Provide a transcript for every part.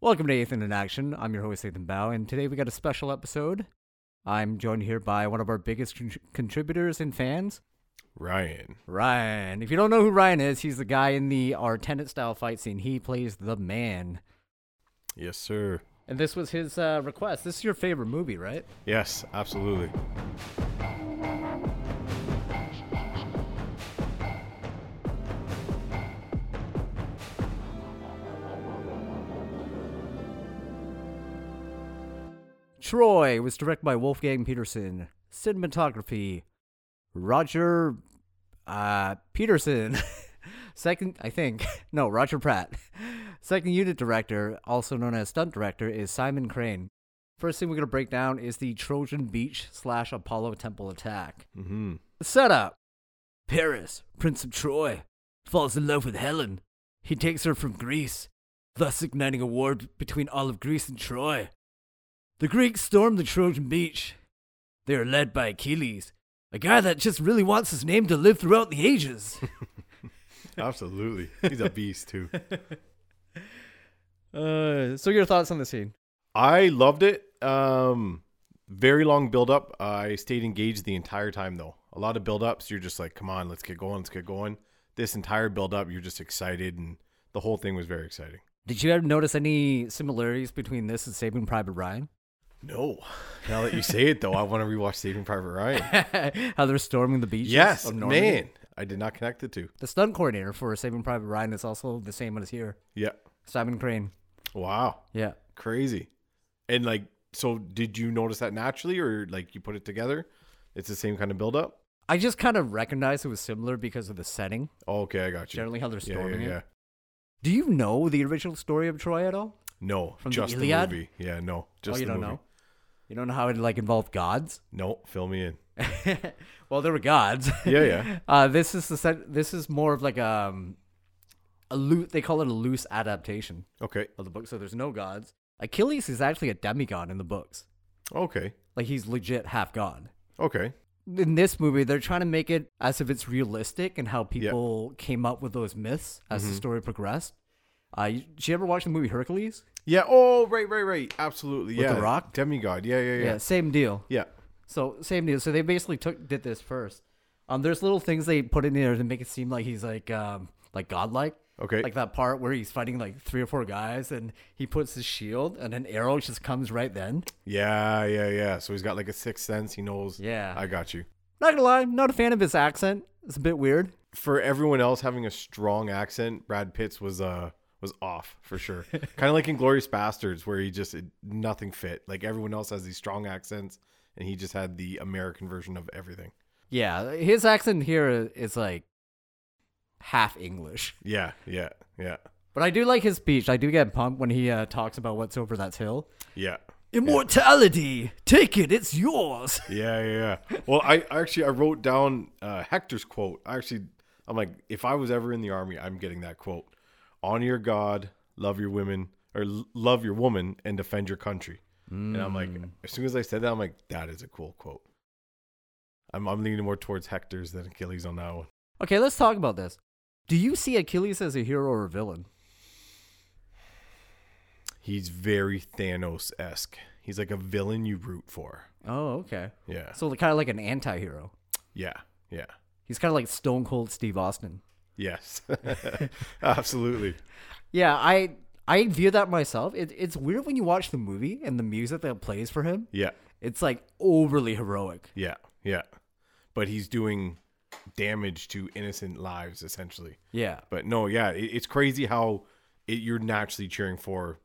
Welcome to Ethan in Action. I'm your host, Ethan Bao, and today we got a special episode. I'm joined here by one of our biggest con- contributors and fans, Ryan. Ryan. If you don't know who Ryan is, he's the guy in the our tenant style fight scene. He plays the man. Yes, sir. And this was his uh, request. This is your favorite movie, right? Yes, absolutely. Troy was directed by Wolfgang Peterson. Cinematography, Roger uh, Peterson. Second, I think. No, Roger Pratt. Second unit director, also known as stunt director, is Simon Crane. First thing we're going to break down is the Trojan Beach slash Apollo Temple attack. Mm-hmm. The setup Paris, Prince of Troy, falls in love with Helen. He takes her from Greece, thus igniting a war b- between all of Greece and Troy. The Greeks storm the Trojan beach. They are led by Achilles, a guy that just really wants his name to live throughout the ages. Absolutely. He's a beast too. uh, so, your thoughts on the scene? I loved it. Um very long build up. I stayed engaged the entire time though. A lot of build ups, you're just like, come on, let's get going, let's get going. This entire build up, you're just excited and the whole thing was very exciting. Did you ever notice any similarities between this and Saving Private Ryan? No. Now that you say it though, I want to rewatch Saving Private Ryan. How they're storming the beach? yes, man. I did not connect the two. The stunt coordinator for Saving Private Ryan is also the same one as here, Yeah. Simon Crane. Wow. Yeah. Crazy. And like, so did you notice that naturally or like you put it together? It's the same kind of buildup? I just kind of recognized it was similar because of the setting, Oh, okay, I got you. generally how they're yeah, storming yeah, yeah. it. Do you know the original story of Troy at all? No, From the just the, Iliad? movie. Yeah, no, just oh, you the don't movie. know? You don't know how it like involved gods? No, fill me in. well, there were gods. Yeah, yeah. Uh, this is the set, this is more of like um, a loose, they call it a loose adaptation Okay, of the book. So there's no gods. Achilles is actually a demigod in the books. okay, Like he's legit half god. okay. in this movie, they're trying to make it as if it's realistic and how people came up with those myths as the story progressed. Uh, you, did you ever watch the movie Hercules? Yeah. Oh, right, right, right. Absolutely. With yeah. The Rock? Demigod. Yeah, yeah, yeah. same deal. Yeah. So same deal. So they basically took did this first. Um, there's little things they put in there to make it seem like he's like um like godlike. Okay. Like that part where he's fighting like three or four guys and he puts his shield and an arrow just comes right then. yeah, yeah, yeah. So he's got like a sixth sense. He knows. Yeah. I got you. Not gonna lie, not a fan of his accent. It's a bit weird. For everyone else having a strong accent, Brad Pitts was uh was off for sure. kind of like in Glorious Bastards, where he just it, nothing fit. Like everyone else has these strong accents, and he just had the American version of everything. Yeah, his accent here is like half English. Yeah, yeah, yeah, But I do like his speech. I do get pumped when he uh, talks about what's over that hill. yeah. Immortality, take it, it's yours. Yeah, yeah, yeah. Well, I I actually I wrote down uh, Hector's quote. I actually I'm like, if I was ever in the army, I'm getting that quote. Honor your God, love your women, or l- love your woman, and defend your country. And I'm Mm. like, as soon as I said that, I'm like, that is a cool quote. I'm I'm leaning more towards Hector's than Achilles on that one. Okay, let's talk about this. Do you see Achilles as a hero or a villain? He's very Thanos esque. He's like a villain you root for. Oh, okay. Yeah, So kind of like an anti-hero. yeah, yeah. He's kind of like Stone Cold Steve Austin. Yes, absolutely. Yeah, I I view that myself. It, it's weird when you watch the movie and the music that plays for him. Yeah. It's like overly heroic. Yeah, yeah. But he's doing damage to innocent lives essentially. Yeah. But no, yeah, it, it's crazy how it, you're naturally cheering for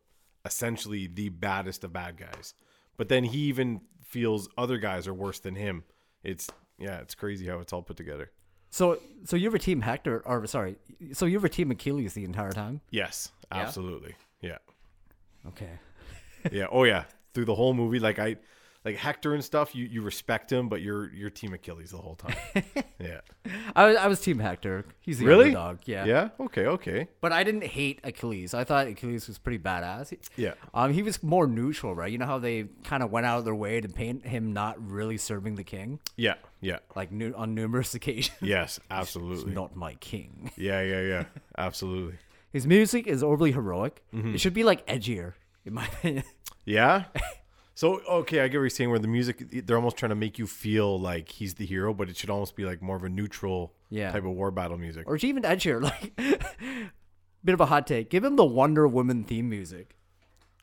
essentially the baddest of bad guys. But then he even feels other guys are worse than him. It's yeah, it's crazy how it's all put together. So so you were team Hector or sorry, so you were team Achilles the entire time? Yes, absolutely. Yeah. Okay. Yeah. Oh yeah. Through the whole movie, like I like Hector and stuff, you, you respect him, but you're you're team Achilles the whole time. yeah. I was, I was Team Hector. He's the Really? underdog. Yeah. Yeah? Okay, okay. But I didn't hate Achilles. I thought Achilles was pretty badass. He- Yeah. Um, he was more neutral, right? You know how they kind of went out of their way to paint him not really serving the king, Yeah. Yeah. like nu- on numerous occasions. Yes, absolutely. Not my king. Yeah, yeah, yeah. Absolutely. Mm-hmm. His music is overly heroic. It should be like edgier. in my opinion. Yeah. So okay, I get what you're saying. Where the music, they're almost trying to make you feel like he's the hero, but it should almost be like more of a neutral Yeah. type of war battle music. Or even Ed Sheeran, like bit of a hot take. Give him the Wonder Woman theme music.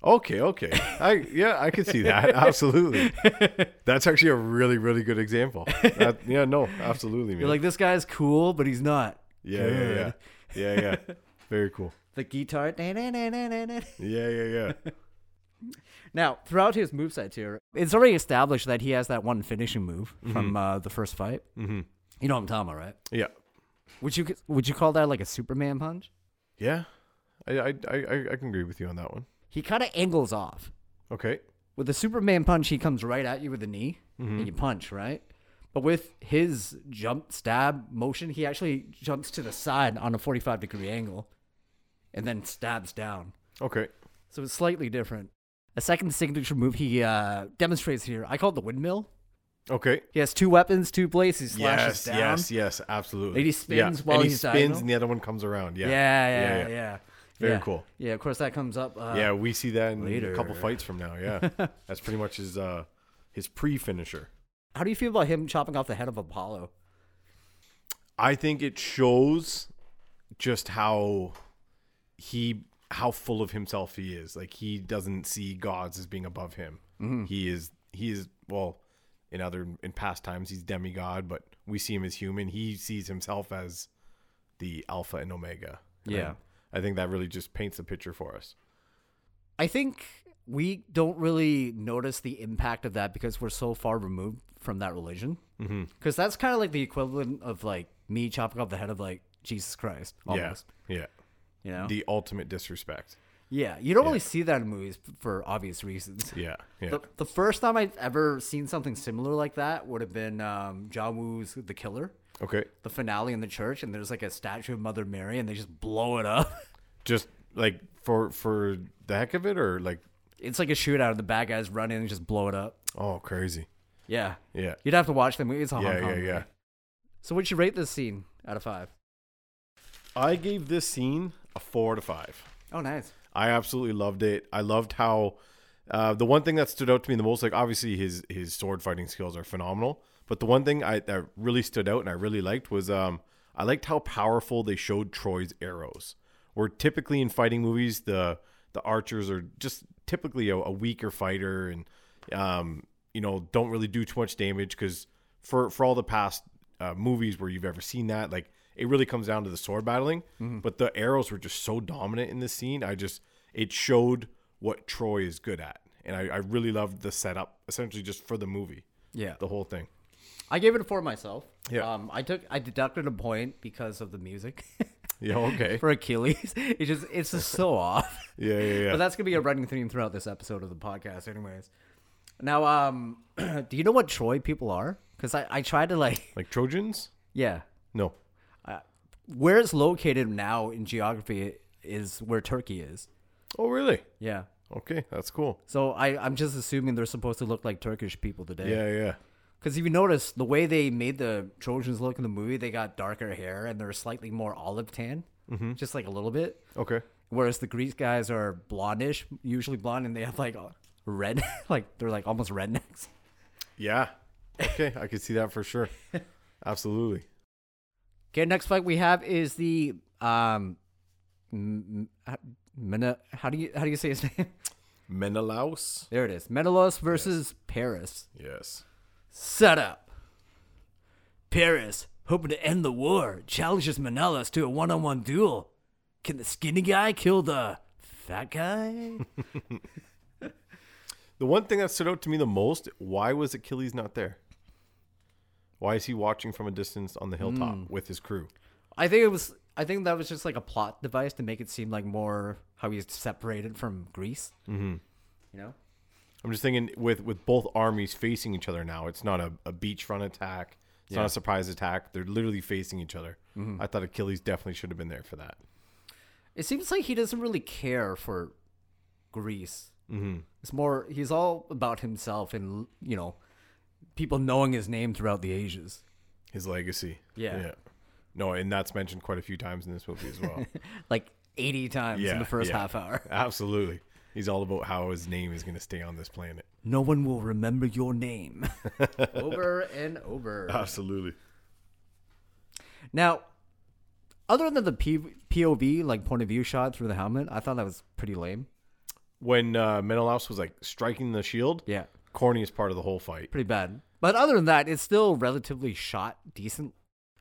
Okay, okay. I yeah, I could see that. Absolutely. That's actually a really, really good example. That, yeah, no, absolutely. Man. You're like, this guy's cool, but he's not. yeah, yeah, yeah, yeah, yeah. Very cool. The guitar. Yeah, yeah, yeah. Now, throughout his movesets here, it's already established that he has that one finishing move from uh, the first fight. Mm-hmm. You know what I'm talking about, right? Yeah, Would you would you call that like a Superman punch? yeah. I, I, I, I I can agree with you on that one. He kind of angles off. Okay. With the Superman punch, he comes right at you with a knee and you punch, right? But with his jump stab motion, he actually jumps to the side on a 45 degree angle and then stabs down. Okay. So it's slightly different. A second signature move he uh, demonstrates here, I call it the windmill. Okay. He has two weapons, two places, slashes Yes, down. yes, yes, absolutely. Like, he spins while and he he's spins, diagonal? and the other one comes around. Yeah, Yeah, yeah, yeah. yeah. Very Yeah. cool. Yeah, of course, that comes up. Uh, Yeah, we see that in Later. a couple fights from now. Yeah, that's pretty much his uh, his pre finisher. How do you feel about him chopping off the head of Apollo? I think it shows just how he how full of himself he is. Like he doesn't see gods as being above him. Mm-hmm. He is he is well in other in past times he's demigod, but we see him as human. He sees himself as the alpha and omega. And Yeah. I think that really just paints the picture for us. I think we don't really notice the impact of that because we're so far removed from that religion. Because Mm-hmm. that's kind of like the equivalent of like me chopping off the head of like Jesus Christ. Almost, Yeah. Yeah. You know? The ultimate disrespect. yeah. You don't really see that in movies f- for obvious reasons. Yeah. Yeah. The, the first time I've ever seen something similar like that would have been um, John Woo's The Killer, okay. the finale in the church, and there's like a statue of Mother Mary, and they just blow it up. Just like for for the heck of it or like It's like a shootout, and the bad guys run in and just blow it up. oh crazy. Yeah, Yeah. you'd have to watch the movie. It's a Hong Yeah, Kong yeah, movie. yeah. So would you rate this scene out of five? I gave this scene a four to five. Oh, nice. I absolutely loved it. I loved how uh, the one thing that stood out to me the most, like obviously his his sword fighting skills are phenomenal, but the one thing I that really stood out and I really liked was um I liked how powerful they showed Troy's arrows. Where typically in fighting movies the the archers are just typically a, a weaker fighter and um you know don't really do too much damage because for for all the past uh, movies where you've ever seen that. Like it really comes down to the sword battling, but the arrows were just so dominant in this scene. I just it showed what Troy is good at, and I, I really loved the setup, essentially just for the movie, Yeah, the whole thing. I gave it a four myself. Yeah. um, I took I deducted a point because of the music Yeah, okay, for Achilles. It just it's just so off. yeah, yeah, But yeah. that's gonna be a running theme throughout this episode of the podcast, anyways. Now, um, do you know what Troy people are? Because I I tried to like Like Trojans? yeah, No. where it's located now in geography is where Turkey is. Oh, really? Yeah. Okay, that's cool. So I, I'm just assuming they're supposed to look like Turkish people today. Yeah, yeah. Because if you notice, the way they made the Trojans look in the movie, they got darker hair and they're slightly more olive tan, just like a little bit. Okay. Whereas the Greek guys are blondish, usually blonde, and they have like a red, like they're like almost rednecks. Yeah. Okay, I could see that for sure. Absolutely. Okay, next fight we have is the um, M- M- Mena- how do you how do you say his name? Menelaus. there it is, Menelaus versus Paris. Yes. Set up. Paris, hoping to end the war, challenges Menelaus to a one on one duel. Can the skinny guy kill the fat guy? The one thing that stood out to me the most, why was Achilles not there? Why is he watching from a distance on the hilltop Hmm. with his crew? I think it was I think that was just like a plot device to make it seem like more how he's separated from Greece. Mm-hmm. You know? I'm just thinking with with both armies facing each other now, it's not a, a beachfront attack. It's not a surprise attack. They're literally facing each other. Mm-hmm. I thought Achilles definitely should have been there for that. It seems like he doesn't really care for Greece. Mm-hmm. It's more he's all about himself and you know people knowing his name throughout the ages. His legacy. Yeah. No, and that's mentioned quite a few times in this movie as well. Like eighty times in Yeah, the first yeah. half hour. Absolutely. He's all about how his name is going to stay on this planet. No one will remember your name. over and over. Absolutely. Now, other than the P- POV, like point of view shot through the helmet, I thought that was pretty lame. When uh, Menelaus was like striking the shield, Yeah, corniest part of the whole fight. pretty bad. But other than that, it's still relatively shot decent.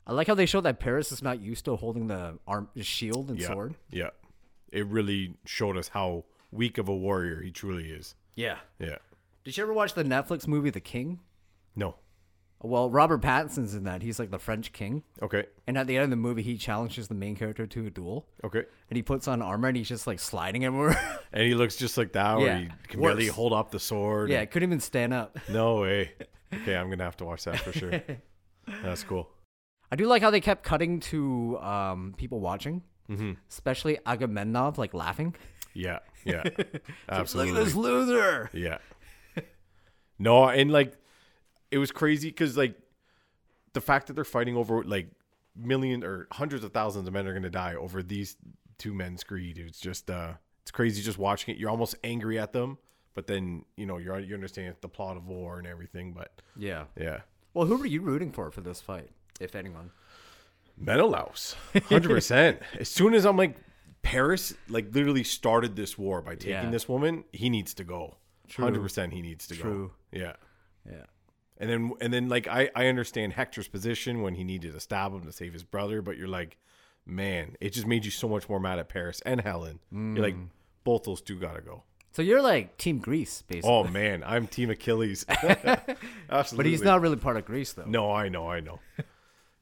I like how they show that Paris is not used to holding the arm, the shield and Yeah. sword. Yeah. It really showed us how weak of a warrior he truly is. Yeah. Yeah. Did you ever watch the Netflix movie The King? No. Well, Robert Pattinson's in that. He's like the French king. Okay. And at the end of the movie, he challenges the main character to a duel. Okay. And he puts on armor and he's just like sliding everywhere. And he looks just like that, where Yeah. he can barely Worse. hold up the sword. yeah, couldn't even stand up. No way. Okay, I'm gonna have to watch that for sure. That's cool. I do like how they kept cutting to um, people watching, mm-hmm. especially Agamemnon, like laughing. Yeah. Yeah. Look at Absolutely. this loser. Yeah. No, and like it was crazy because like the fact that they're fighting over like million or hundreds of thousands of men are gonna die over these two men's greed. It's just uh it's crazy just watching it. You're almost angry at them, but then you know you're you understand the plot of war and everything. But Yeah. yeah, Well, who were you rooting for for this fight, if anyone? Menelaus, hundred percent. As soon as I'm like Paris, like literally started this war by taking Yeah. this woman. He needs to go. Hundred percent, he needs to True. go. Yeah. Yeah. And then and then like I I understand Hector's position when he needed to stab him to save his brother, but you're like, man, it just made you so much more mad at Paris and Helen. You're like, Mm. both those two gotta go. So you're like Team Greece, basically. Oh man, I'm Team Achilles. Absolutely. but he's not really part of Greece, though. No, I know, I know.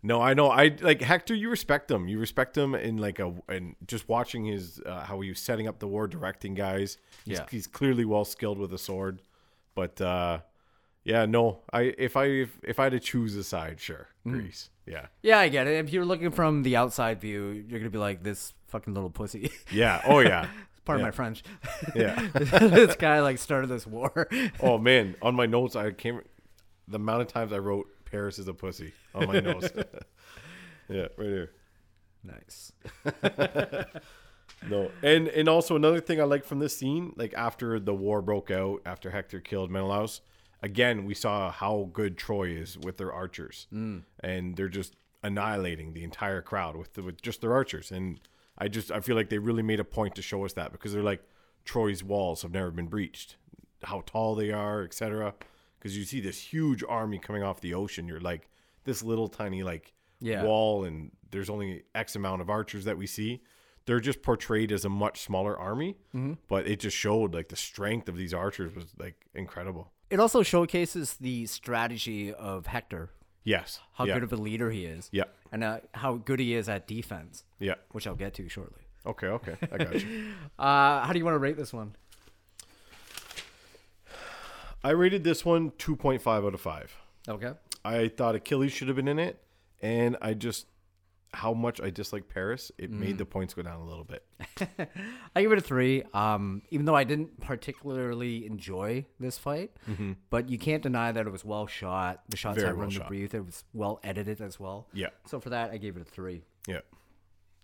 No, I know. I like Hector. You respect him. You respect him in like a and just watching his uh, how he was setting up the war, directing guys. He's, Yeah. he's clearly well skilled with a sword. But uh, yeah, no. I if I if, if I had to choose a side, sure, Greece. Yeah, Yeah, I get it. If you're looking from the outside view, you're going to be like, this fucking little pussy. yeah. Oh yeah, Pardon Yeah. my French. yeah. this guy like started this war. Oh man, on my notes, I came the amount of times I wrote Paris is a pussy on my notes. yeah, right here. nice. No, and and also another thing I like from this scene, like after the war broke out, after Hector killed Menelaus, again we saw how good Troy is with their archers, mm. and they're just annihilating the entire crowd with the, with just their archers. And I just I feel like they really made a point to show us that because they're like Troy's walls have never been breached, how tall they are, etc. Because you see this huge army coming off the ocean, you're like this little tiny like Yeah. wall and there's only x amount of archers that we see they're just portrayed as a much smaller army Mm-hmm. but it just showed like the strength of these archers was like incredible It also showcases the strategy of Hector, yes how yeah. good of a leader he is, yeah and uh, how good he is at defense, yeah which I'll get to shortly. okay okay i got you Uh, how do you want to rate this one? i rated this one 2.5 out of 5 Okay. i thought achilles should have been in it and i just how much i dislike paris it Mm. made the points go down a little bit I give it a three. Um, even though I didn't particularly enjoy this fight, but you can't deny that it was well shot. The shots Mm-hmm. Very had well room to shot. breathe. It was well edited as well. Yeah. So for that, I gave it a three. yeah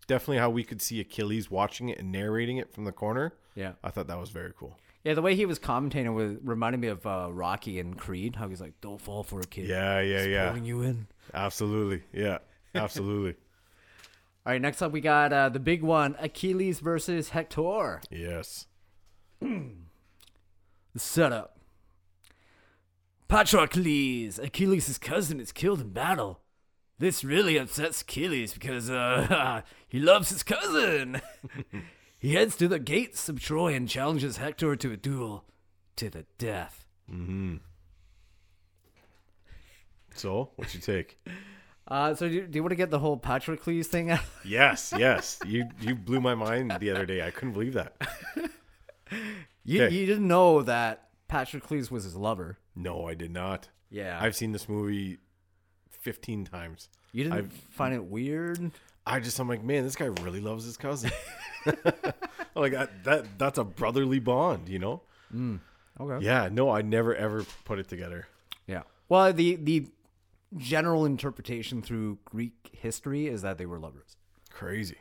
definitely how we could see achilles watching it and narrating it from the corner Yeah. i thought that was very cool Yeah, the way he was commentating was reminded me of uh, Rocky and Creed. How he's like, "Don't fall for a kid." yeah yeah yeah Pulling you in. Absolutely. Yeah. Absolutely. All right, next up we got uh, the big one: Achilles versus Hector. yes. The setup. Patrocles, Achilles' cousin, is killed in battle. This really upsets Achilles because uh, he loves his cousin. he heads to the gates of Troy and challenges Hector to a duel to the death. So, what you take? Uh, so, do, do you want to get the whole Patrocles thing out? yes, yes. You you blew my mind the other day. I couldn't believe that. You, Okay. you didn't know that Patrocles was his lover. No, I did not. Yeah. I've seen this movie 15 times. you didn't I've- find it weird? I just I'm like, man, this guy really loves his cousin. I'm like that, that that's a brotherly bond, you know? Okay. Yeah, no, I never ever put it together. Yeah. Well, the the general interpretation through Greek history is that they were lovers. Crazy.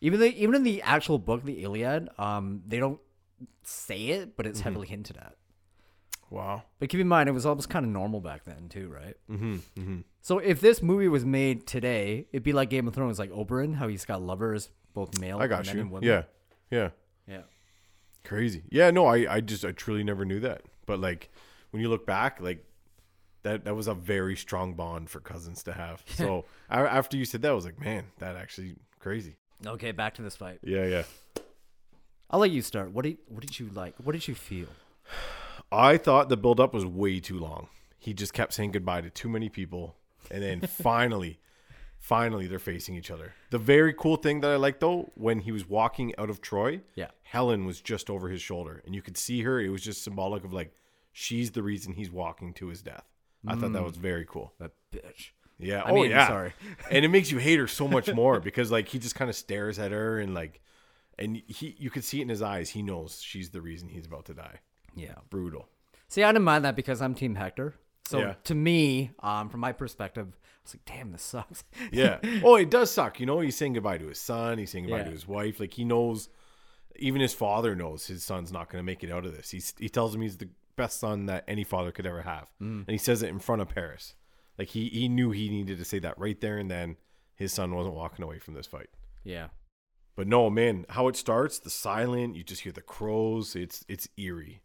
Even they, even in the actual book, the Iliad, um, they don't say it, but Mm-hmm. it's heavily hinted at. Wow. But keep in mind, it was almost kind of normal back then too, right? Mm-hmm. Mm-hmm. So if this movie was made today, it'd be like Game of Thrones, like Oberyn, how he's got lovers, both male, I got men and you. women. Yeah. Yeah. yeah. Crazy. Yeah, no, I, I just I truly never knew that. But like when you look back, like that that was a very strong bond for cousins to have. So I, after you said that, I was like, man, that actually crazy. Okay, back to this fight. Yeah, yeah. I'll let you start. What did what did you like? What did you feel? I thought the buildup was way too long. He just kept saying goodbye to too many people, and then finally, finally, they're facing each other. The very cool thing that I liked though, when he was walking out of Troy, Yeah. Helen was just over his shoulder, and you could see her. It was just symbolic of like she's the reason he's walking to his death. I thought that was very cool. That bitch. Yeah. Mm. I oh mean, yeah. sorry. and it makes you hate her so much more because like he just kind of stares at her and like, and he you could see it in his eyes. He knows she's the reason he's about to die. Yeah. Brutal. See, I didn't mind that because I'm Team Hector. So Yeah. to me, um, from my perspective, I was like, damn, this sucks. Yeah. Oh, it does suck. You know, he's saying goodbye to his son. He's saying goodbye to Yeah. his wife. Like he knows, even his father knows his son's not going to make it out of this. He's, he tells him he's the best son that any father could ever have, and he says it in front of Paris. Like he he knew he needed to say that right there and then. His son wasn't walking away from this fight. yeah. But no, man, how it starts, the silent, you just hear the crows. It's it's eerie.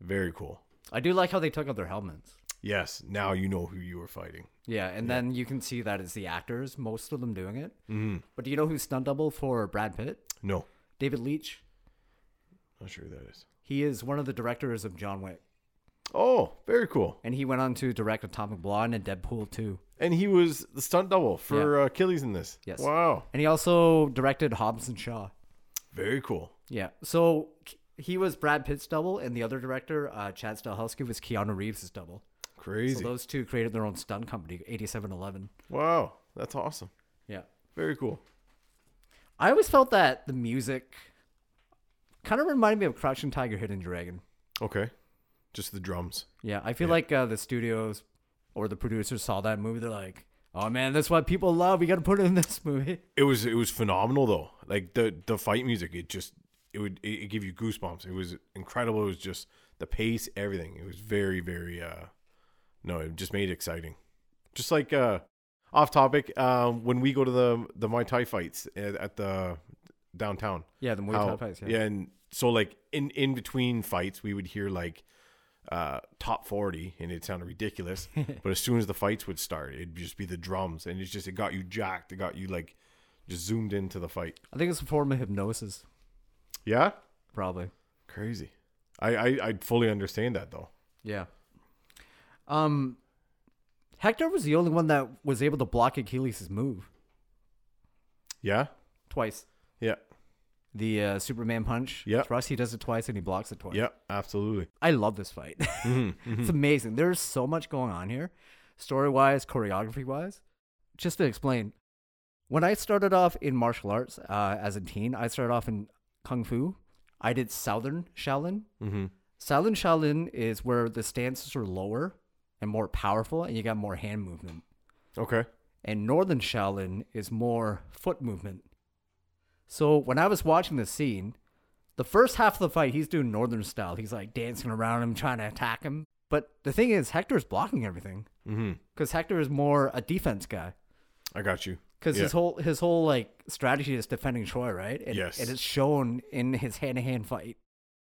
Very cool. I do like how they took out their helmets. Yes, now you know who you were fighting. Yeah, and then you can see that it's the actors, most of them doing it. Mm. But do you know who's stunt double for Brad Pitt? No. David Leitch. Not sure who that is. He is one of the directors of John Wick, Oh, very cool. and he went on to direct Atomic Blonde and Deadpool 2. And he was the stunt double for uh, Achilles in this. Yes. Wow. And he also directed Hobbs and Shaw. Very cool. Yeah, so he was Brad Pitt's double, and the other director, uh, Chad Stahelski, was Keanu Reeves' double. Crazy. So those two created their own stunt company, 8711. wow. That's awesome. Yeah. Very cool. I always felt that the music kind of reminded me of Crouching Tiger, Hidden Dragon. Okay. Just the drums. Yeah, I feel like uh, the studios or the producers saw that movie. They're like, oh man, that's what people love. We got to put it in this movie. It was it was phenomenal though. Like the the fight music, it just it would it, it give you goosebumps. It was incredible. It was just the pace, everything. It was very very uh no, it just made it exciting. Just like uh off topic, um when we go to the the Muay Thai fights at, at the downtown. Yeah, the Muay how- Thai fights, yeah. yeah, and so like in in between fights, we would hear like uh, top 40 and it sounded ridiculous but as soon as the fights would start it'd just be the drums and it's just it got you jacked it got you like just zoomed into the fight I think it's a form of hypnosis, yeah probably. crazy i i, I fully understand that though Yeah. Um, Hector was the only one that was able to block Achilles' move yeah twice. yeah The uh, Superman punch. Yep. Thrust, he does it twice and he blocks it twice. yeah absolutely Mm-hmm. I love this fight. it's amazing. There's so much going on here, story wise, choreography wise. Just to explain, when I started off in martial arts uh, as a teen, I started off in kung fu. I did Southern Shaolin. mm-hmm. Southern Shaolin is where the stances are lower and more powerful, and you got more hand movement. okay And Northern Shaolin is more foot movement. So when I was watching the scene, the first half of the fight, he's doing Northern style. He's like dancing around him, trying to attack him. But the thing is, Hector's blocking everything mm-hmm. because Hector is more a defense guy. i got you Because yeah. his whole his whole like strategy is defending Troy, right? And, Yes. And it's shown in his hand to hand fight.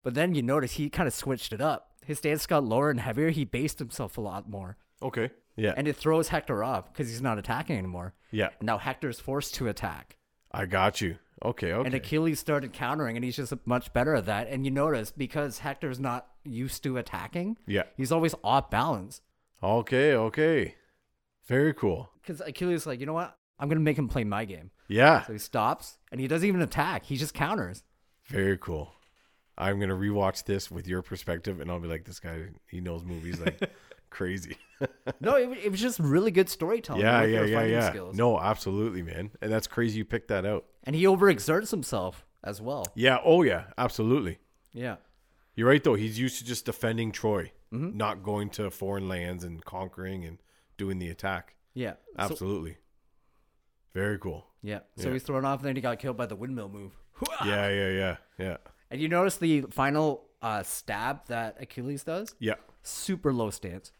But then you notice he kind of switched it up. His stance got lower and heavier. He based himself a lot more, okay yeah and it throws Hector off because he's not attacking anymore. yeah And now Hector's forced to attack. i got you okay okay And Achilles started countering, and he's just much better at that. And you notice because Hector's not used to attacking, yeah he's always off balance. okay okay very cool Because Achilles is like, you know what? I'm going to make him play my game. yeah So he stops, and he doesn't even attack. He just counters. Very cool. I'm gonna rewatch this with your perspective, and I'll be like, "This guy, he knows movies like crazy." No, it, wa- it was just really good storytelling. yeah, with yeah, their yeah, fighting yeah. skills. No, absolutely, man. And that's crazy. You picked that out. And he overexerts himself as well. Yeah. Oh, yeah. Absolutely. Yeah. You're right, though. He's used to just defending Troy, Mm-hmm. not going to foreign lands and conquering and doing the attack. Yeah. So, Absolutely. Very cool. yeah. So Yeah. he's thrown off, and then he got killed by the windmill move. Hua! Yeah, yeah, yeah, yeah. And you notice the final uh, stab that Achilles does? Yeah. Super low stance.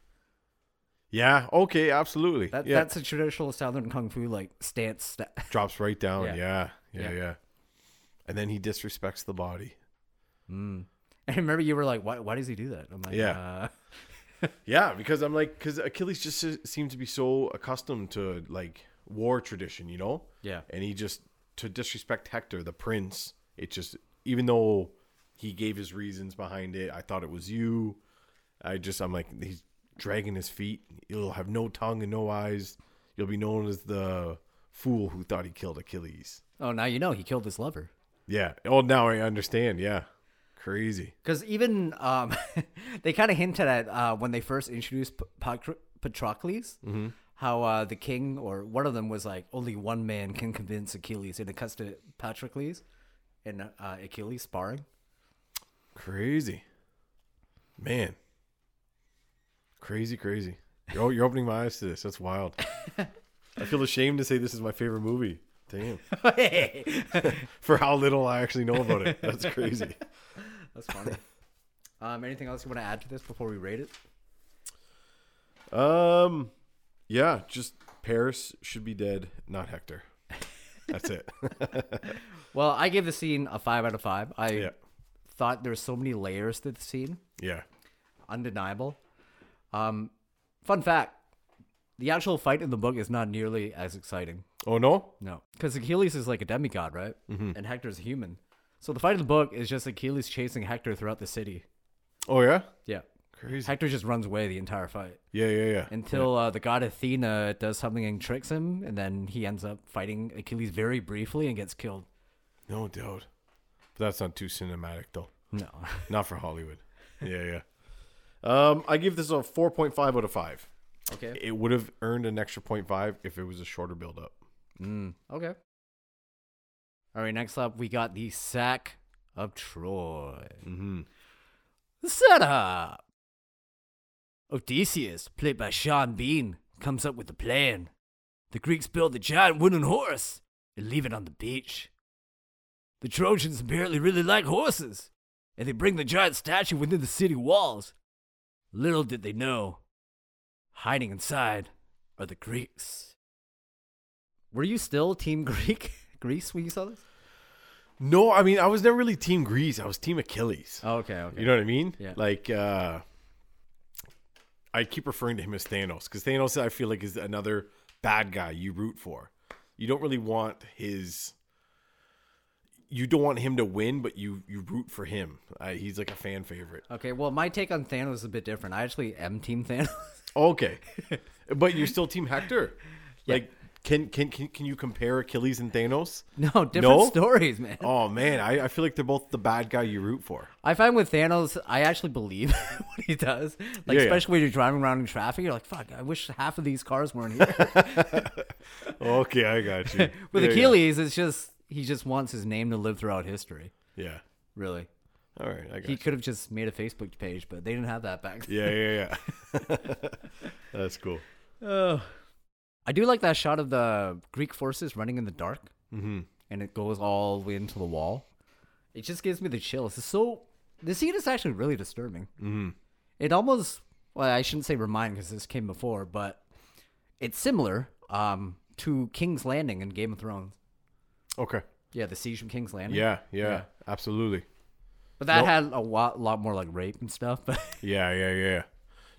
Yeah. Okay. Absolutely. That, yeah. That's a traditional Southern Kung Fu like stance. Sta- drops right down. Yeah. Yeah. Yeah. Yeah. Yeah. And then he disrespects the body. and I remember you were like, why, why does he do that? I'm like, Yeah. uh, Yeah, because I'm like, because Achilles just se- seems to be so accustomed to like war tradition, you know. Yeah. And he just to disrespect Hector, the prince. It just, even though he gave his reasons behind it, I thought it was you. I just, I'm like, he's dragging his feet. He'll have no tongue and no eyes. You'll be known as the fool who thought he killed Achilles. oh, now you know he killed his lover. Yeah. Oh, now I understand. Yeah. Crazy. Because even um, they kind of hinted at uh, when they first introduced P- Patr- Patrocles, Mm-hmm. how uh, the king or one of them was like, only one man can convince Achilles, and it cuts to Patrocles and uh, Achilles sparring. Crazy. Man. Crazy, crazy. You're, o- you're opening my eyes to this. That's wild. I feel ashamed to say this is my favorite movie. Damn. For how little I actually know about it. That's crazy. That's funny. um, anything else you want to add to this before we rate it? Um yeah, just Paris should be dead, not Hector. That's it. Well, I gave the scene a five out of five. I yeah. thought there's so many layers to the scene, Yeah. undeniable. Um, fun fact: the actual fight in the book is not nearly as exciting. Oh no? No, because Achilles is like a demigod, right? And Hector's a human. So the fight in the book is just Achilles chasing Hector throughout the city. Oh yeah? Yeah, Crazy. Hector just runs away the entire fight Yeah, yeah, yeah. until uh, the god Athena does something and tricks him, and then he ends up fighting Achilles very briefly and gets killed. no doubt. But that's not too cinematic though. No, Not for Hollywood. Yeah, yeah. Um, I give this a 4.5 out of 5. okay, It would have earned an extra 0.5 if it was a shorter build up. mm, okay. All right, next up we got the sack of Troy. Mm-hmm. Setup. Odysseus, played by Sean Bean, comes up with a plan. The Greeks build a giant wooden horse and leave it on the beach. The Trojans apparently really like horses, and they bring the giant statue within the city walls. Little did they know, hiding inside are the Greeks. Were you still Team Greek Greece when you saw this? No, I mean, I was never really Team Grease. I was Team Achilles. Oh, okay, okay. You know what I mean? Yeah. Like, uh, I keep referring to him as Thanos because Thanos, I feel like, is another bad guy you root for. You don't really want his. You don't want him to win, but you you root for him. Uh, he's like a fan favorite. okay, well, my take on Thanos is a bit different. I actually am Team Thanos. Okay, but you're still Team Hector. Like, can can can can you compare Achilles and Thanos? No, different No? stories, man. Oh man, I, I feel like they're both the bad guy you root for. I find with Thanos, I actually believe what he does. Like, Yeah, yeah. especially when you're driving around in traffic, you're like, fuck, I wish half of these cars weren't here. Okay, I got you. with Yeah, yeah. Achilles, it's just, he just wants his name to live throughout history, yeah. really. All right, I got He you. could have just made a Facebook page, but they didn't have that back then. Yeah, yeah, yeah. That's cool. Oh. I do like that shot of the Greek forces running in the dark, Mm-hmm. and it goes all the way into the wall. It just gives me the chills. It's so, the scene is actually really disturbing. Mm-hmm. it almost well i shouldn't say remind because this came before but it's similar um, to king's landing in game of thrones Okay. yeah the siege from king's landing Yeah, yeah, Yeah. absolutely. but that had a lot, lot more like rape and stuff but Yeah, yeah, yeah.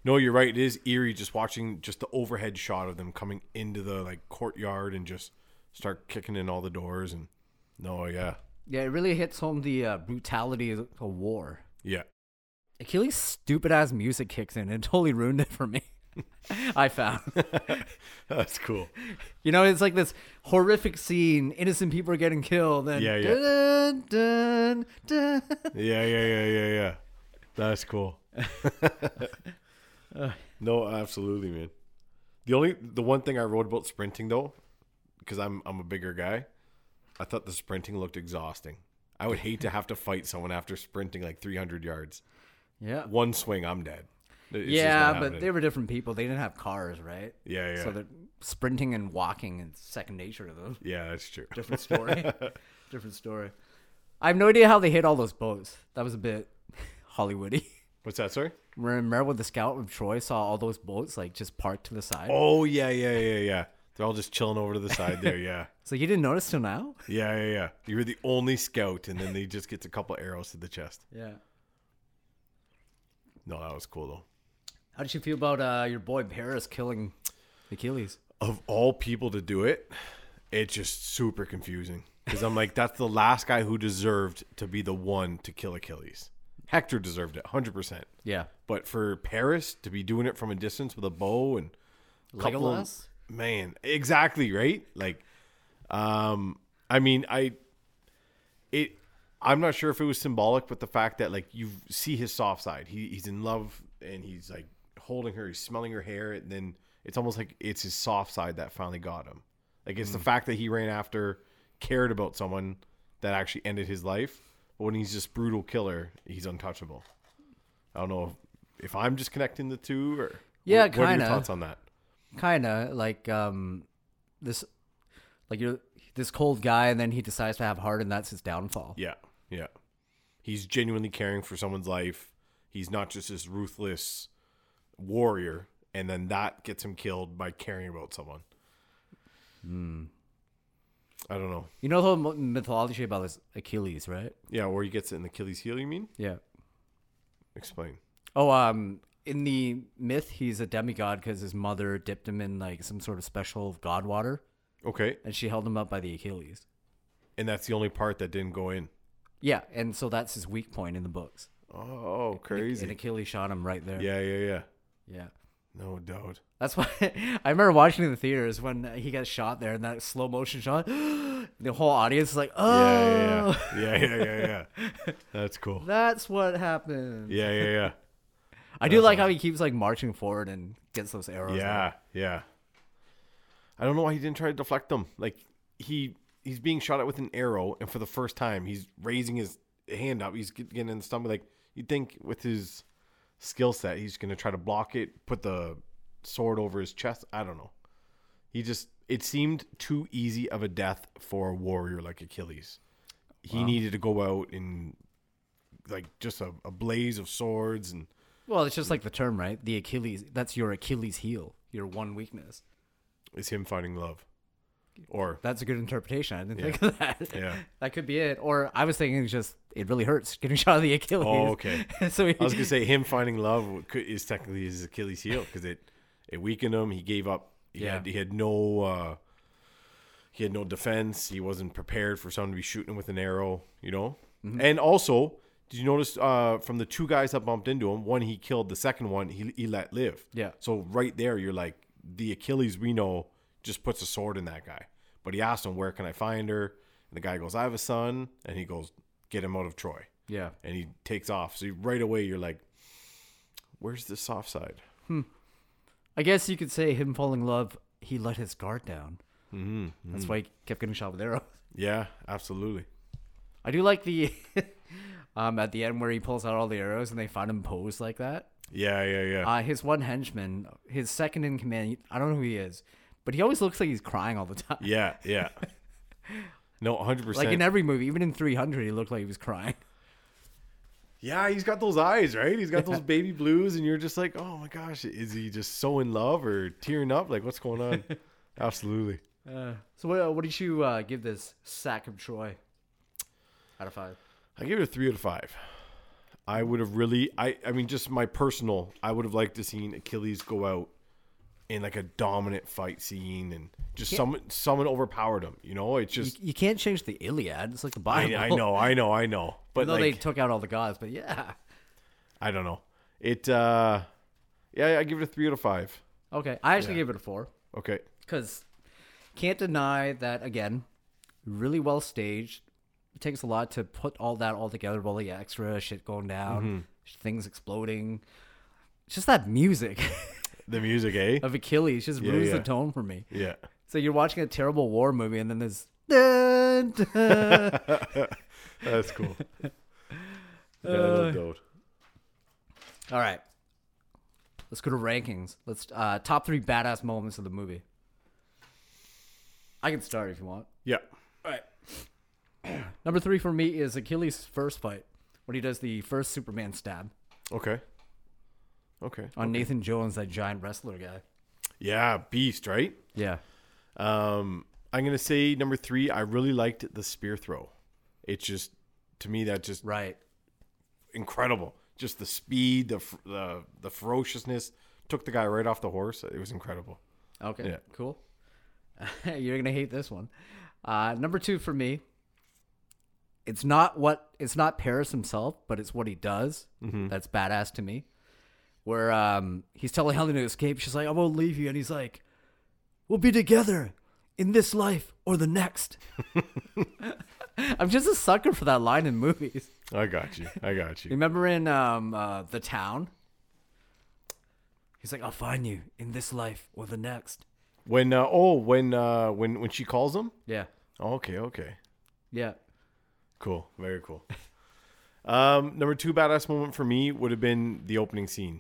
No, you're right. It is eerie just watching just the overhead shot of them coming into the like courtyard and just start kicking in all the doors and no, yeah, yeah it really hits home the uh, brutality of of war yeah. achilles stupid ass music kicks in and totally ruined it for me i found That's cool. you know it's like this horrific scene innocent people are getting killed and Yeah, yeah. dun, dun, dun. Yeah, yeah, yeah, yeah, yeah. That's cool. no, absolutely, man. The only the one thing I wrote about sprinting though, because I'm I'm a bigger guy, I thought the sprinting looked exhausting. I would hate to have to fight someone after sprinting like 300 yards. yeah One swing, I'm dead. It's just yeah, but not happening. they were different people. They didn't have cars, right? Yeah, yeah. So that sprinting and walking is second nature to them. yeah, that's true. Different story. different story. I have no idea how they hit all those boats. That was a bit Hollywoody. What's that? Sorry. Remember when the scout from Troy saw all those boats like just parked to the side? Oh yeah, yeah, yeah, yeah. They're all just chilling over to the side there. Yeah, So you didn't notice till now? yeah, yeah, yeah. You were the only scout, and then they just gets a couple arrows to the chest. Yeah. No, that was cool though. How did you feel about uh, your boy Paris killing Achilles? of all people to do it, it's just super confusing because I'm like, that's the last guy who deserved to be the one to kill Achilles. Hector deserved it 100%. Yeah. But for Paris to be doing it from a distance with a bow and a couple of- Legolas? man, exactly, right? Like um I mean, I it I'm not sure if it was symbolic, but the fact that like you see his soft side. He he's in love and he's like holding her, he's smelling her hair, and then it's almost like it's his soft side that finally got him. Like Mm. it's the fact that he ran after, cared about someone that actually ended his life. But when he's this brutal killer, he's untouchable. I don't know if, if I'm just connecting the two or Yeah, what, what are your kinda. thoughts on that? Kind of like um, this, like you're this cold guy, and then he decides to have heart, and that's his downfall. Yeah, yeah. He's genuinely caring for someone's life. He's not just this ruthless warrior, and then that gets him killed by caring about someone. Hmm. I don't know. You know the whole m- mythology about this Achilles, right? Yeah, where he gets it in Achilles' heel. You mean? Yeah. Explain. Oh, um, in the myth, he's a demigod because his mother dipped him in like some sort of special god water, Okay, and she held him up by the Achilles. and that's the only part that didn't go in. Yeah, and so that's his weak point in the books. Oh, And crazy. Achilles shot him right there. Yeah, yeah, yeah. Yeah. No doubt. That's why I remember watching in the theaters when he got shot there and that slow motion shot. the whole audience is like, oh, Yeah, yeah, yeah, yeah, yeah, yeah. yeah. That's cool. that's what happened. Yeah, yeah, yeah. I do like how he keeps like marching forward and gets those arrows. Yeah, yeah. I don't know why he didn't try to deflect them. Like he he's being shot at with an arrow, and for the first time, he's raising his hand up. He's get- getting in the stomach. Like you'd think with his skill set, he's gonna try to block it, put the sword over his chest. I don't know. He just it seemed too easy of a death for a warrior like Achilles. He needed to go out in like just a, a blaze of swords and Well, it's just like the term, right? The Achilles, that's your Achilles heel, your one weakness. it's him finding love. Or That's a good interpretation. I didn't think of that. Yeah. That could be it. Or I was thinking it's just, it really hurts getting shot at the Achilles. Oh, okay. so he, I was gonna say him finding love could- is technically his Achilles heel because it it weakened him. He gave up. He Yeah. had he had no uh, he had no defense. He wasn't prepared for someone to be shooting him with an arrow. You know. Mm-hmm. And also, did you notice uh, from the two guys that bumped into him, one he killed, the second one he he let live. Yeah. So right there, you're like the Achilles we know just puts a sword in that guy. But he asked him, "Where can I find her?" And the guy goes, "I have a son," and he goes, "Get him out of Troy." yeah. and he takes off. So you- right away you're like, "Where's the soft side?" I guess you could say him falling in love, he let his guard down. Mm-hmm. That's why he kept getting shot with arrows. Yeah, absolutely. I do like the um at the end where he pulls out all the arrows and they find him posed like that. Yeah, yeah, yeah. Uh, his one henchman, his second in command, I don't know who he is, but he always looks like he's crying all the time. yeah, yeah. No, 100%. Like in every movie, even in 300, he looked like he was crying. yeah, he's got those eyes, right? He's got those baby blues and you're just like, "Oh my gosh, is he just so in love or tearing up? Like what's going on?" absolutely. So what, what did you uh, give this sack of Troy out of five? I give it a 3 out of 5. I would have really I I mean just my personal, I would have liked to seen Achilles go out in like a dominant fight scene and just someone someone overpowered him, you know? It's You, just you can't change the Iliad. It's like the I, Bible. I know, I know, I know. But Even though like, they took out all the gods, but yeah. I don't know. It, uh yeah, I give it a three out of five. Okay, I actually gave it a four. Okay. because can't deny that again really well staged it takes a lot to put all that all together with all the extra shit going down Mm-hmm. things exploding just that music The music, eh? of achilles just ruins yeah. the tone for me Yeah. so you're watching a terrible war movie and then there's dun, dun. That's cool. yeah, no doubt. all right let's go to rankings let's uh top three badass moments of the movie i can start if you want Yeah. All right. Number three for me is Achilles' first fight when he does the first Superman stab Okay. Okay. on Nathan Jones, that giant wrestler guy. Yeah, beast, right? Yeah. Um, I'm gonna say number three. I really liked the spear throw. It's just to me that just Right. incredible. Just the speed, the f- the the ferociousness took the guy right off the horse. It was incredible. Okay. Yeah. Cool. You're gonna hate this one. Uh, number two for me. It's not what it's not Paris himself, but it's what he does that's badass to me. Where um, he's telling Helen to escape, she's like, "I won't leave you," and he's like, "We'll be together in this life or the next." I'm just a sucker for that line in movies. I got you. I got you. Remember in um, uh, the town, he's like, "I'll find you in this life or the next." When uh, oh when uh, when when she calls him. Yeah, Okay. Okay. yeah. Cool. Very cool. Um, number two badass moment for me would have been the opening scene.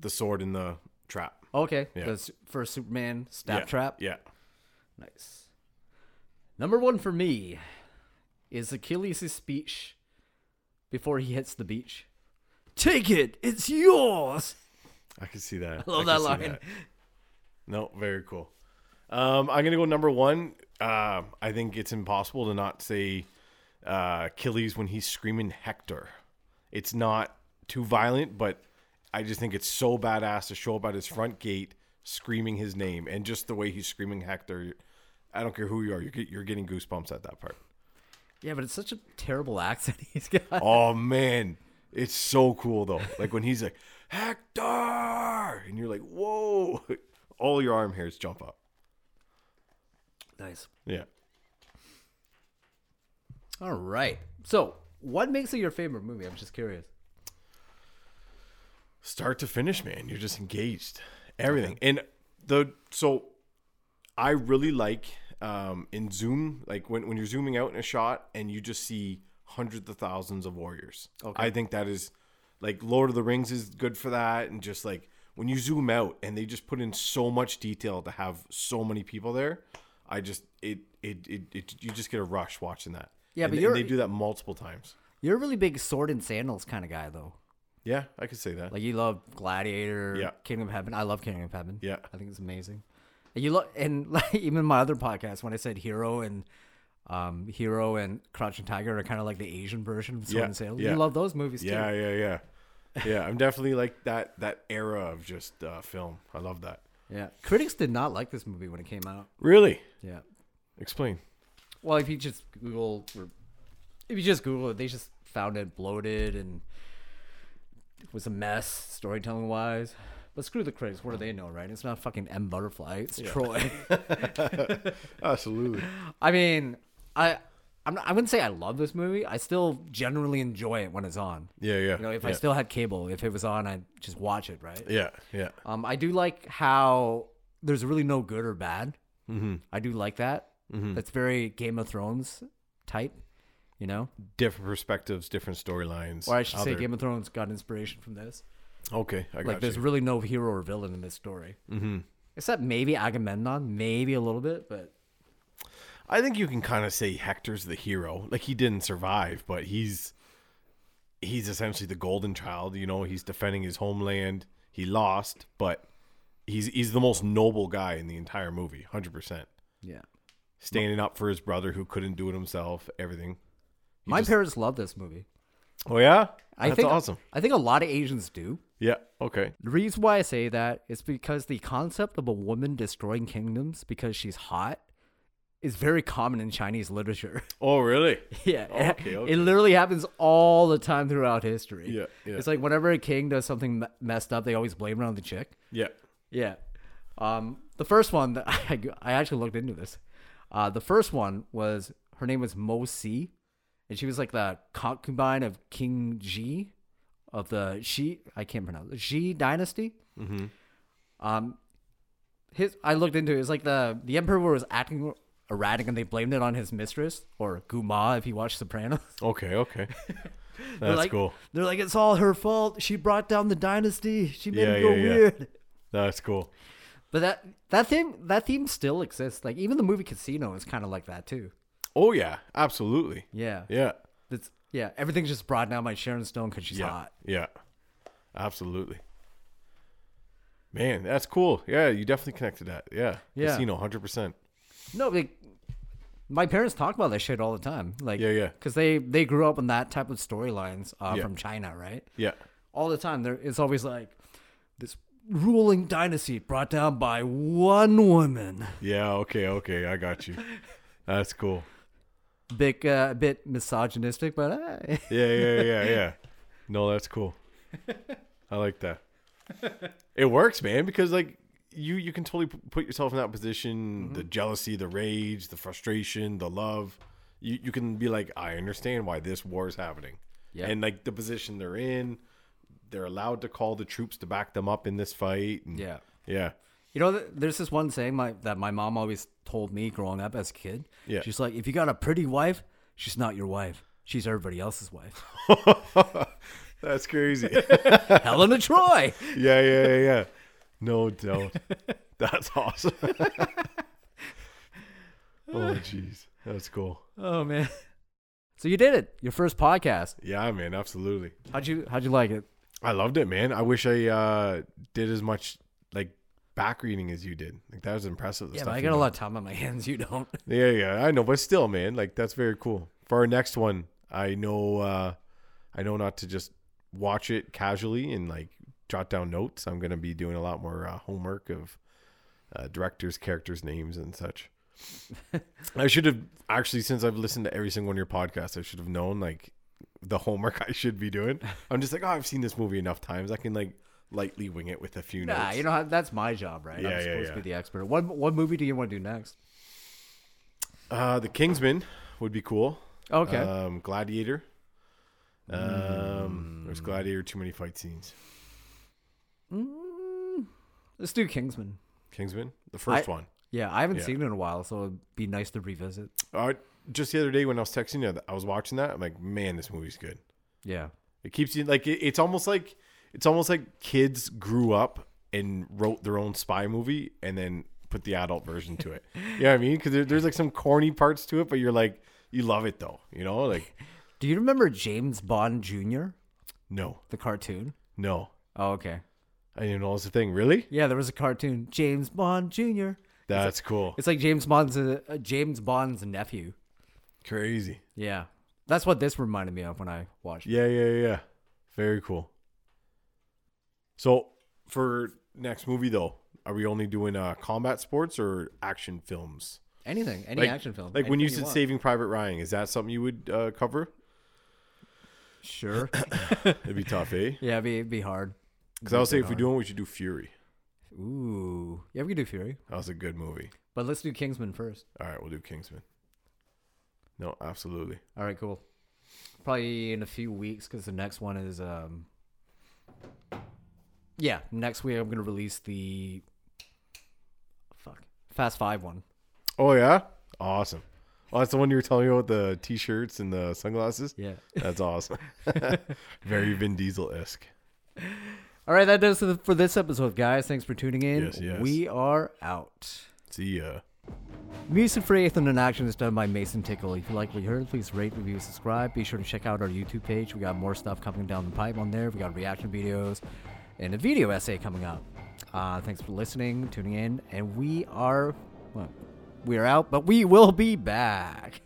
The sword in the trap. Okay. Yeah. The s- first Superman stab Yeah, trap. Yeah. Nice. Number one for me is Achilles' speech before he hits the beach. Take it. It's yours. I can see that. I love can that see line. No, very cool. Um, I'm gonna go number one. Uh, I think it's impossible to not say uh, Achilles when he's screaming Hector. It's not too violent, but I just think it's so badass to show up at his front gate screaming his name and just the way he's screaming Hector. I don't care who you are, you're, get- you're getting goosebumps at that part. Yeah, but it's such a terrible accent he's got. Oh man, it's so cool though. Like when he's like Hector, and you're like, whoa, all your arm hairs jump up. Nice. Yeah. All right. So, what makes it your favorite movie? I'm just curious. start to finish, man. You're just engaged. Everything. And the so I really like um in Zoom, like when, when you're zooming out in a shot and you just see hundreds of thousands of warriors. I think that is like Lord of the Rings is good for that and just like when you zoom out and they just put in so much detail to have so many people there, I just it it it, it you just get a rush watching that. Yeah, And- but and you're- they do that multiple times. You're a really big sword and sandals kind of guy, though. Yeah, I could say that. Like you love Gladiator, Yeah. Kingdom of Heaven. I love Kingdom of Heaven. Yeah. I think it's amazing. And you look, and like even my other podcast when I said Hero and um Hero and Crouching Tiger are kind of like the Asian version of Sword Yeah, and Sailor. yeah. You love those movies Yeah, too. yeah, yeah. Yeah, I'm definitely like that that era of just uh, film. I love that. Yeah. Critics did not like this movie when it came out. Really? Yeah. Explain. Well, if you just Google, or if you just Google it, they just found it bloated and it was a mess storytelling wise. But screw the critics. What do they know, right? It's not fucking M Butterfly. It's Troy. Absolutely. I mean, I I'm not, I wouldn't say I love this movie. I still generally enjoy it when it's on. Yeah, yeah. You know, if yeah. I still had cable, if it was on, I'd just watch it, right? yeah, yeah. Um, I do like how there's really no good or bad. Mm-hmm. I do like that. Mm-hmm. That's very Game of Thrones type, you know. Different perspectives, different storylines. Or I should say, other- Game of Thrones got inspiration from this. Okay, I got Like, there's you. really no hero or villain in this story, mm-hmm. except maybe Agamemnon, maybe a little bit, but I think you can kind of say Hector's the hero. Like he didn't survive, but he's he's essentially the golden child. You know, he's defending his homeland. He lost, but he's he's the most noble guy in the entire movie. Hundred percent. yeah. standing up for his brother who couldn't do it himself, everything. My parents love this movie. Oh yeah? I That's think, awesome. I think a lot of Asians do. Yeah, okay. The reason why I say that is because the concept of a woman destroying kingdoms because she's hot is very common in Chinese literature. Oh really? yeah. Okay, okay. It literally happens all the time throughout history. Yeah, yeah. It's like whenever a king does something me- messed up, they always blame it on the chick. Yeah. Yeah. Um, the first one that I, I actually looked into this. Uh, the first one was her name was Mo Si, and she was like the concubine of King Ji of the Xi. I can't pronounce it, Xi dynasty. Mm-hmm. Um, his I looked into it. It's like the the emperor was acting erratic, and they blamed it on his mistress or Guma if you watch Sopranos. Okay, okay. They're That's like, cool. They're like, it's all her fault. She brought down the dynasty. She made Yeah, it go yeah, yeah. weird. That's cool. But that that theme that theme still exists. Like even the movie Casino is kind of like that too. Oh yeah, absolutely. Yeah. Yeah. That's yeah. Everything's just broadened out by Sharon Stone because she's Yeah. hot. Yeah. Absolutely. Man, that's cool. Yeah, you definitely connected that. Yeah. Yeah. Casino, hundred percent. No, like my parents talk about that shit all the time. Like Yeah, yeah. because they they grew up on that type of storylines uh, Yeah. from China, right? Yeah. All the time, there it's always like this ruling dynasty brought down by one woman. Yeah. Okay. Okay. I got you. That's cool. Big, uh, a bit misogynistic, but uh, Yeah. Yeah. Yeah. Yeah. No, that's cool. I like that. It works, man, because like you you can totally p- put yourself in that position. Mm-hmm. The jealousy, the rage, the frustration, the love. You you can be like, I understand why this war is happening. Yeah. And like the position they're in, they're allowed to call the troops to back them up in this fight. and- yeah. Yeah. You know, th- there's this one saying my, that my mom always told me growing up as a kid. Yeah. She's like, if you got a pretty wife, she's not your wife. She's everybody else's wife. That's crazy. Helena Troy. yeah, yeah, yeah, yeah. No doubt. That's awesome. oh, jeez. That's cool. Oh man. So you did it. Your first podcast. Yeah, man, absolutely. How'd you How'd you like it? I loved it, man. I wish I uh, did as much like back reading as you did. Like that was impressive. the Yeah, but stuff I you got a did. lot of time on my hands. You don't. Yeah, yeah, I know, but still, man, like that's very cool. For our next one, I know, uh I know not to just watch it casually and like jot down notes. I'm gonna be doing a lot more uh, homework of uh, directors, characters, names, and such. I should have actually, since I've listened to every single one of your podcasts, I should have known like the homework I should be doing. I'm just like, oh, I've seen this movie enough times. I can like lightly wing it with a few Nah, notes. you know how, that's my job, right? Yeah, yeah, I'm supposed yeah. to be the expert. What What movie do you want to do next? uh, the Kingsman would be cool. Okay. Um, Gladiator. Um, Mm. there's Gladiator. Too many fight scenes. Let's do Kingsman. Kingsman, the first I- one. Yeah, I haven't Yeah. seen it in a while, so it'd be nice to revisit. Uh, just the other day when I was texting you, I was watching that. I'm like, man, this movie's good. Yeah. It keeps you like it, it's almost like it's almost like kids grew up and wrote their own spy movie and then put the adult version to it. you know what I mean? Because there, there's like some corny parts to it, but you're like, you love it though. You know, like Do you remember James Bond Jr. no, the cartoon? no, Oh, okay. I didn't even know it's a thing. Really? Yeah, there was a cartoon, James Bond Jr. That's cool. It's like James Bond's uh, uh, James Bond's nephew. Crazy. Yeah, that's what this reminded me of when I watched. it. Yeah, yeah, yeah. Very cool. So for next movie though, are we only doing uh, combat sports or action films? Anything, any Like- action film. Like anything when you said want. Saving Private Ryan, is that something you would uh, cover? sure. It'd be tough, eh? yeah, it'd be, it'd be hard. Because I would say if we do one, we should do Fury. Ooh, yeah, we could do Fury, That was a good movie. but let's do Kingsman first. All right, we'll do Kingsman. No, absolutely. All right, cool. Probably in a few weeks because the next one is. um Yeah, next week I'm gonna release the. Fuck, Fast Five one. Oh yeah, awesome. Oh, that's the one you were telling me about the T-shirts and the sunglasses. Yeah. That's awesome. Very Vin Diesel esque. All right, that does it for this episode, guys. Thanks for tuning in. Yes, yes. We are out. See ya. Music for Ethan in Action is done by Mason Tickle. If you like what you heard, please rate, review, subscribe. Be sure to check out our YouTube page. We got more stuff coming down the pipe on there. We got reaction videos and a video essay coming up. Uh, thanks for listening, tuning in, and we are, well, we are out, but we will be back.